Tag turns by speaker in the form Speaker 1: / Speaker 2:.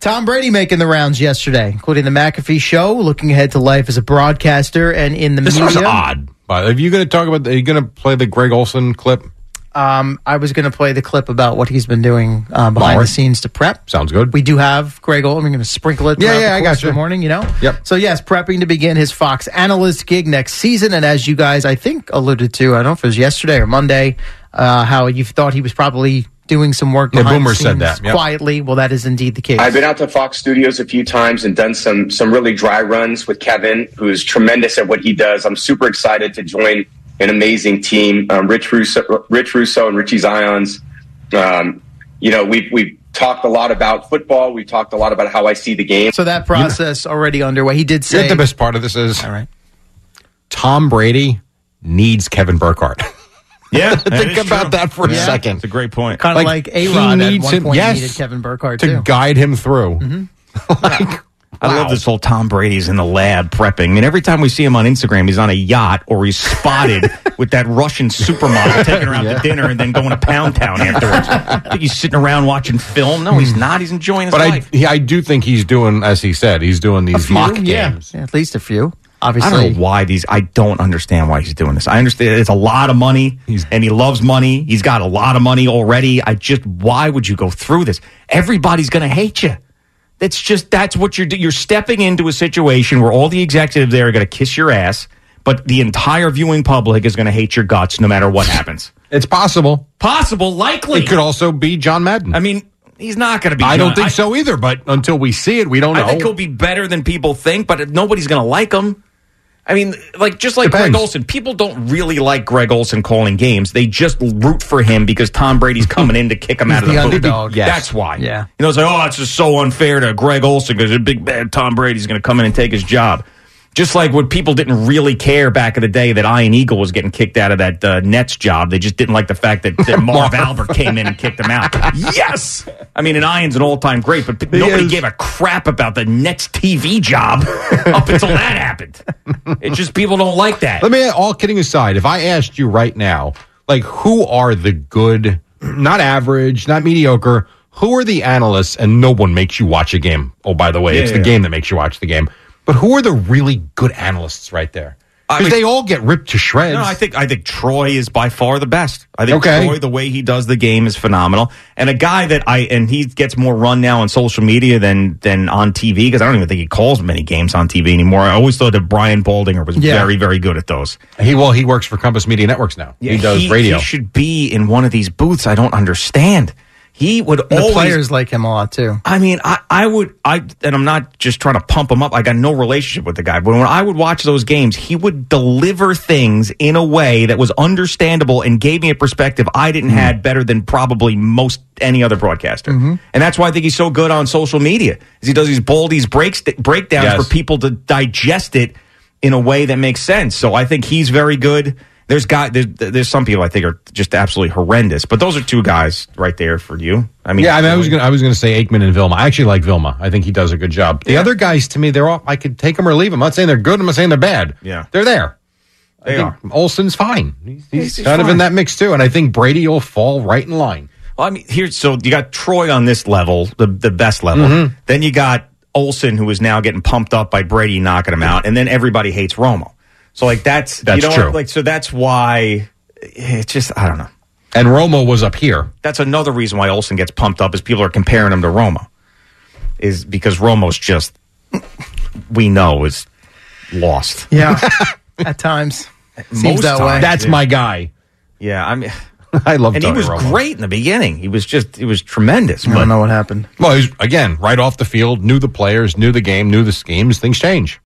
Speaker 1: Tom Brady making the rounds yesterday, including the McAfee show, looking ahead to life as a broadcaster and in the
Speaker 2: This
Speaker 1: media.
Speaker 2: was odd. But are you going to talk about? Are you going to play the Greg Olson clip?
Speaker 1: Um, I was going to play the clip about what he's been doing uh, behind the scenes to prep.
Speaker 2: Sounds good.
Speaker 1: We do have Greg Oldman. We're going to sprinkle it.
Speaker 2: Yeah,
Speaker 1: throughout
Speaker 2: yeah,
Speaker 1: the
Speaker 2: I
Speaker 1: course of
Speaker 2: gotcha.
Speaker 1: The morning, you know.
Speaker 2: Yep.
Speaker 1: So yes, prepping to begin his Fox analyst gig next season, and as you guys, I think, alluded to, I don't know if it was yesterday or Monday, uh, how you thought he was probably doing some work.
Speaker 2: Yeah,
Speaker 1: behind the
Speaker 2: Boomer said
Speaker 1: scenes
Speaker 2: that, yep.
Speaker 1: quietly. Well, that is indeed the case.
Speaker 3: I've been out to Fox Studios a few times and done some some really dry runs with Kevin, who's tremendous at what he does. I'm super excited to join an amazing team. Um, Rich Russo, Rich Russo, and Richie Zion's. Um, you know, we've we've talked a lot about football. We talked a lot about how I see the game.
Speaker 1: so that process already underway. He did
Speaker 2: You know what
Speaker 1: say
Speaker 2: the best part of this is
Speaker 1: All right.
Speaker 2: Tom Brady needs Kevin Burkhardt.
Speaker 4: Yeah. that
Speaker 2: Think
Speaker 4: is
Speaker 2: about
Speaker 4: true.
Speaker 2: that for a
Speaker 4: Yeah.
Speaker 2: second.
Speaker 4: It's a great point.
Speaker 1: Kind of
Speaker 2: Like,
Speaker 1: like,
Speaker 2: he
Speaker 1: A Rod at
Speaker 2: needs
Speaker 1: one
Speaker 2: him-
Speaker 1: point
Speaker 2: yes.
Speaker 1: needed Kevin Burkhardt
Speaker 2: to
Speaker 1: too.
Speaker 2: guide him through.
Speaker 5: I love this whole Tom Brady's in the lab prepping. I mean, every time we see him on Instagram, he's on a yacht or he's spotted with that Russian supermodel taking her out to dinner and then going to Pound Town afterwards. I think he's sitting around watching film. No,
Speaker 2: Hmm.
Speaker 5: he's not. He's enjoying his
Speaker 2: But I,
Speaker 5: life.
Speaker 2: he, I do think he's doing, as he said, he's doing these mock
Speaker 1: yeah.
Speaker 2: games.
Speaker 1: Yeah, at least a few.
Speaker 5: I
Speaker 1: Obviously,
Speaker 5: don't know why these. I don't understand why he's doing this. I understand it's a lot of money, and he loves money. He's got a lot of money already. I just why would you go through this? Everybody's going to hate you. That's just that's what you're do- you're stepping into a situation where all the executives there are going to kiss your ass, but the entire viewing public is going to hate your guts no matter what happens.
Speaker 2: It's possible.
Speaker 5: Possible, likely.
Speaker 2: It could also be John Madden.
Speaker 5: I mean, he's not going to be.
Speaker 2: I don't
Speaker 5: John-
Speaker 2: think so either, but until we see it, we don't
Speaker 5: I
Speaker 2: know.
Speaker 5: think he'll be better than people think, but nobody's going to like him. I mean, like just like
Speaker 2: Depends.
Speaker 5: Greg Olson, people don't really like Greg Olson calling games. They just root for him because Tom Brady's coming in to kick him out of
Speaker 1: the
Speaker 5: the, booth.
Speaker 1: underdog. Yes.
Speaker 5: That's why.
Speaker 1: Yeah.
Speaker 5: you know, it's like, oh, it's just so unfair to Greg Olson because big bad Tom Brady's going to come in and take his job. Just like when people didn't really care back in the day that Ian Eagle was getting kicked out of that uh, Nets job, they just didn't like the fact that, that Marv Albert came in and kicked him out. yes, I mean, and Ian's an all-time great, but
Speaker 2: He
Speaker 5: nobody
Speaker 2: is.
Speaker 5: gave a crap about the Nets TV job up until that happened. It's just people don't like that.
Speaker 2: Let me, all kidding aside, if I asked you right now, like, who are the good, not average, not mediocre, who are the analysts, and no one makes you watch a game? Oh, by the way, it's the game that makes you watch the game. But who are the really good analysts right there?
Speaker 5: I
Speaker 2: Because
Speaker 5: mean-
Speaker 2: they all get ripped to shreds.
Speaker 5: No, I think I think Troy is by far the best. I think
Speaker 2: Okay.
Speaker 5: Troy, the way he does the game is phenomenal, and a guy that I and he gets more run now on social media than than on TV because I don't even think he calls many games on TV anymore. I always thought that Brian Baldinger was
Speaker 1: Yeah.
Speaker 5: very very good at those.
Speaker 2: he well, he works for Compass Media Networks now. he does radio.
Speaker 5: He should be in one of these booths. I don't understand. He would
Speaker 1: And the
Speaker 5: always
Speaker 1: players like him a lot too.
Speaker 5: I mean, I, I would, I, and I'm not just trying to pump him up. I got no relationship with the guy. But when I would watch those games, he would deliver things in a way that was understandable and gave me a perspective I didn't
Speaker 2: Mm-hmm.
Speaker 5: had better than probably most any other broadcaster. And that's why I think he's so good on social media, is he does these baldies breaks breakdowns
Speaker 2: Yes.
Speaker 5: for people to digest it in a way that makes sense. So I think he's very good. There's guy, there's, there's some people I think are just absolutely horrendous, but those are two guys right there for you. I mean,
Speaker 2: yeah, I, mean, I was gonna, I was gonna say Aikman and Vilma. I actually like Vilma. I think he does a good job. The other guys, to me, they're all. I could take them or leave them. I'm not saying they're good. I'm not saying they're bad.
Speaker 5: Yeah.
Speaker 2: they're there. I
Speaker 5: They
Speaker 2: think
Speaker 5: are.
Speaker 2: Olson's fine. He's, he's
Speaker 5: he's
Speaker 2: kind of in
Speaker 5: fine.
Speaker 2: that mix too, and I think Brady will fall right in line.
Speaker 5: Well, I mean, here's so you got Troy on this level, the the best level. Then you got Olson, who is now getting pumped up by Brady knocking him out, and then everybody hates Romo. So like that's
Speaker 2: That's
Speaker 5: you know,
Speaker 2: true.
Speaker 5: Like so that's why it's just I don't know.
Speaker 2: And Romo was up here.
Speaker 5: That's another reason why Olson gets pumped up is people are comparing him to Romo. is because Romo's just we know is lost.
Speaker 1: Yeah, at times seems
Speaker 5: Most
Speaker 1: that way.
Speaker 5: times.
Speaker 2: That's my guy.
Speaker 5: Yeah, I mean,
Speaker 2: I love
Speaker 5: and he
Speaker 2: Tony
Speaker 5: was
Speaker 2: Romo.
Speaker 5: great in the beginning. He was just he was tremendous.
Speaker 1: I
Speaker 5: but-
Speaker 1: don't know what happened.
Speaker 2: Well, he's, again, right off the field, knew the players, knew the game, knew the schemes. Things change.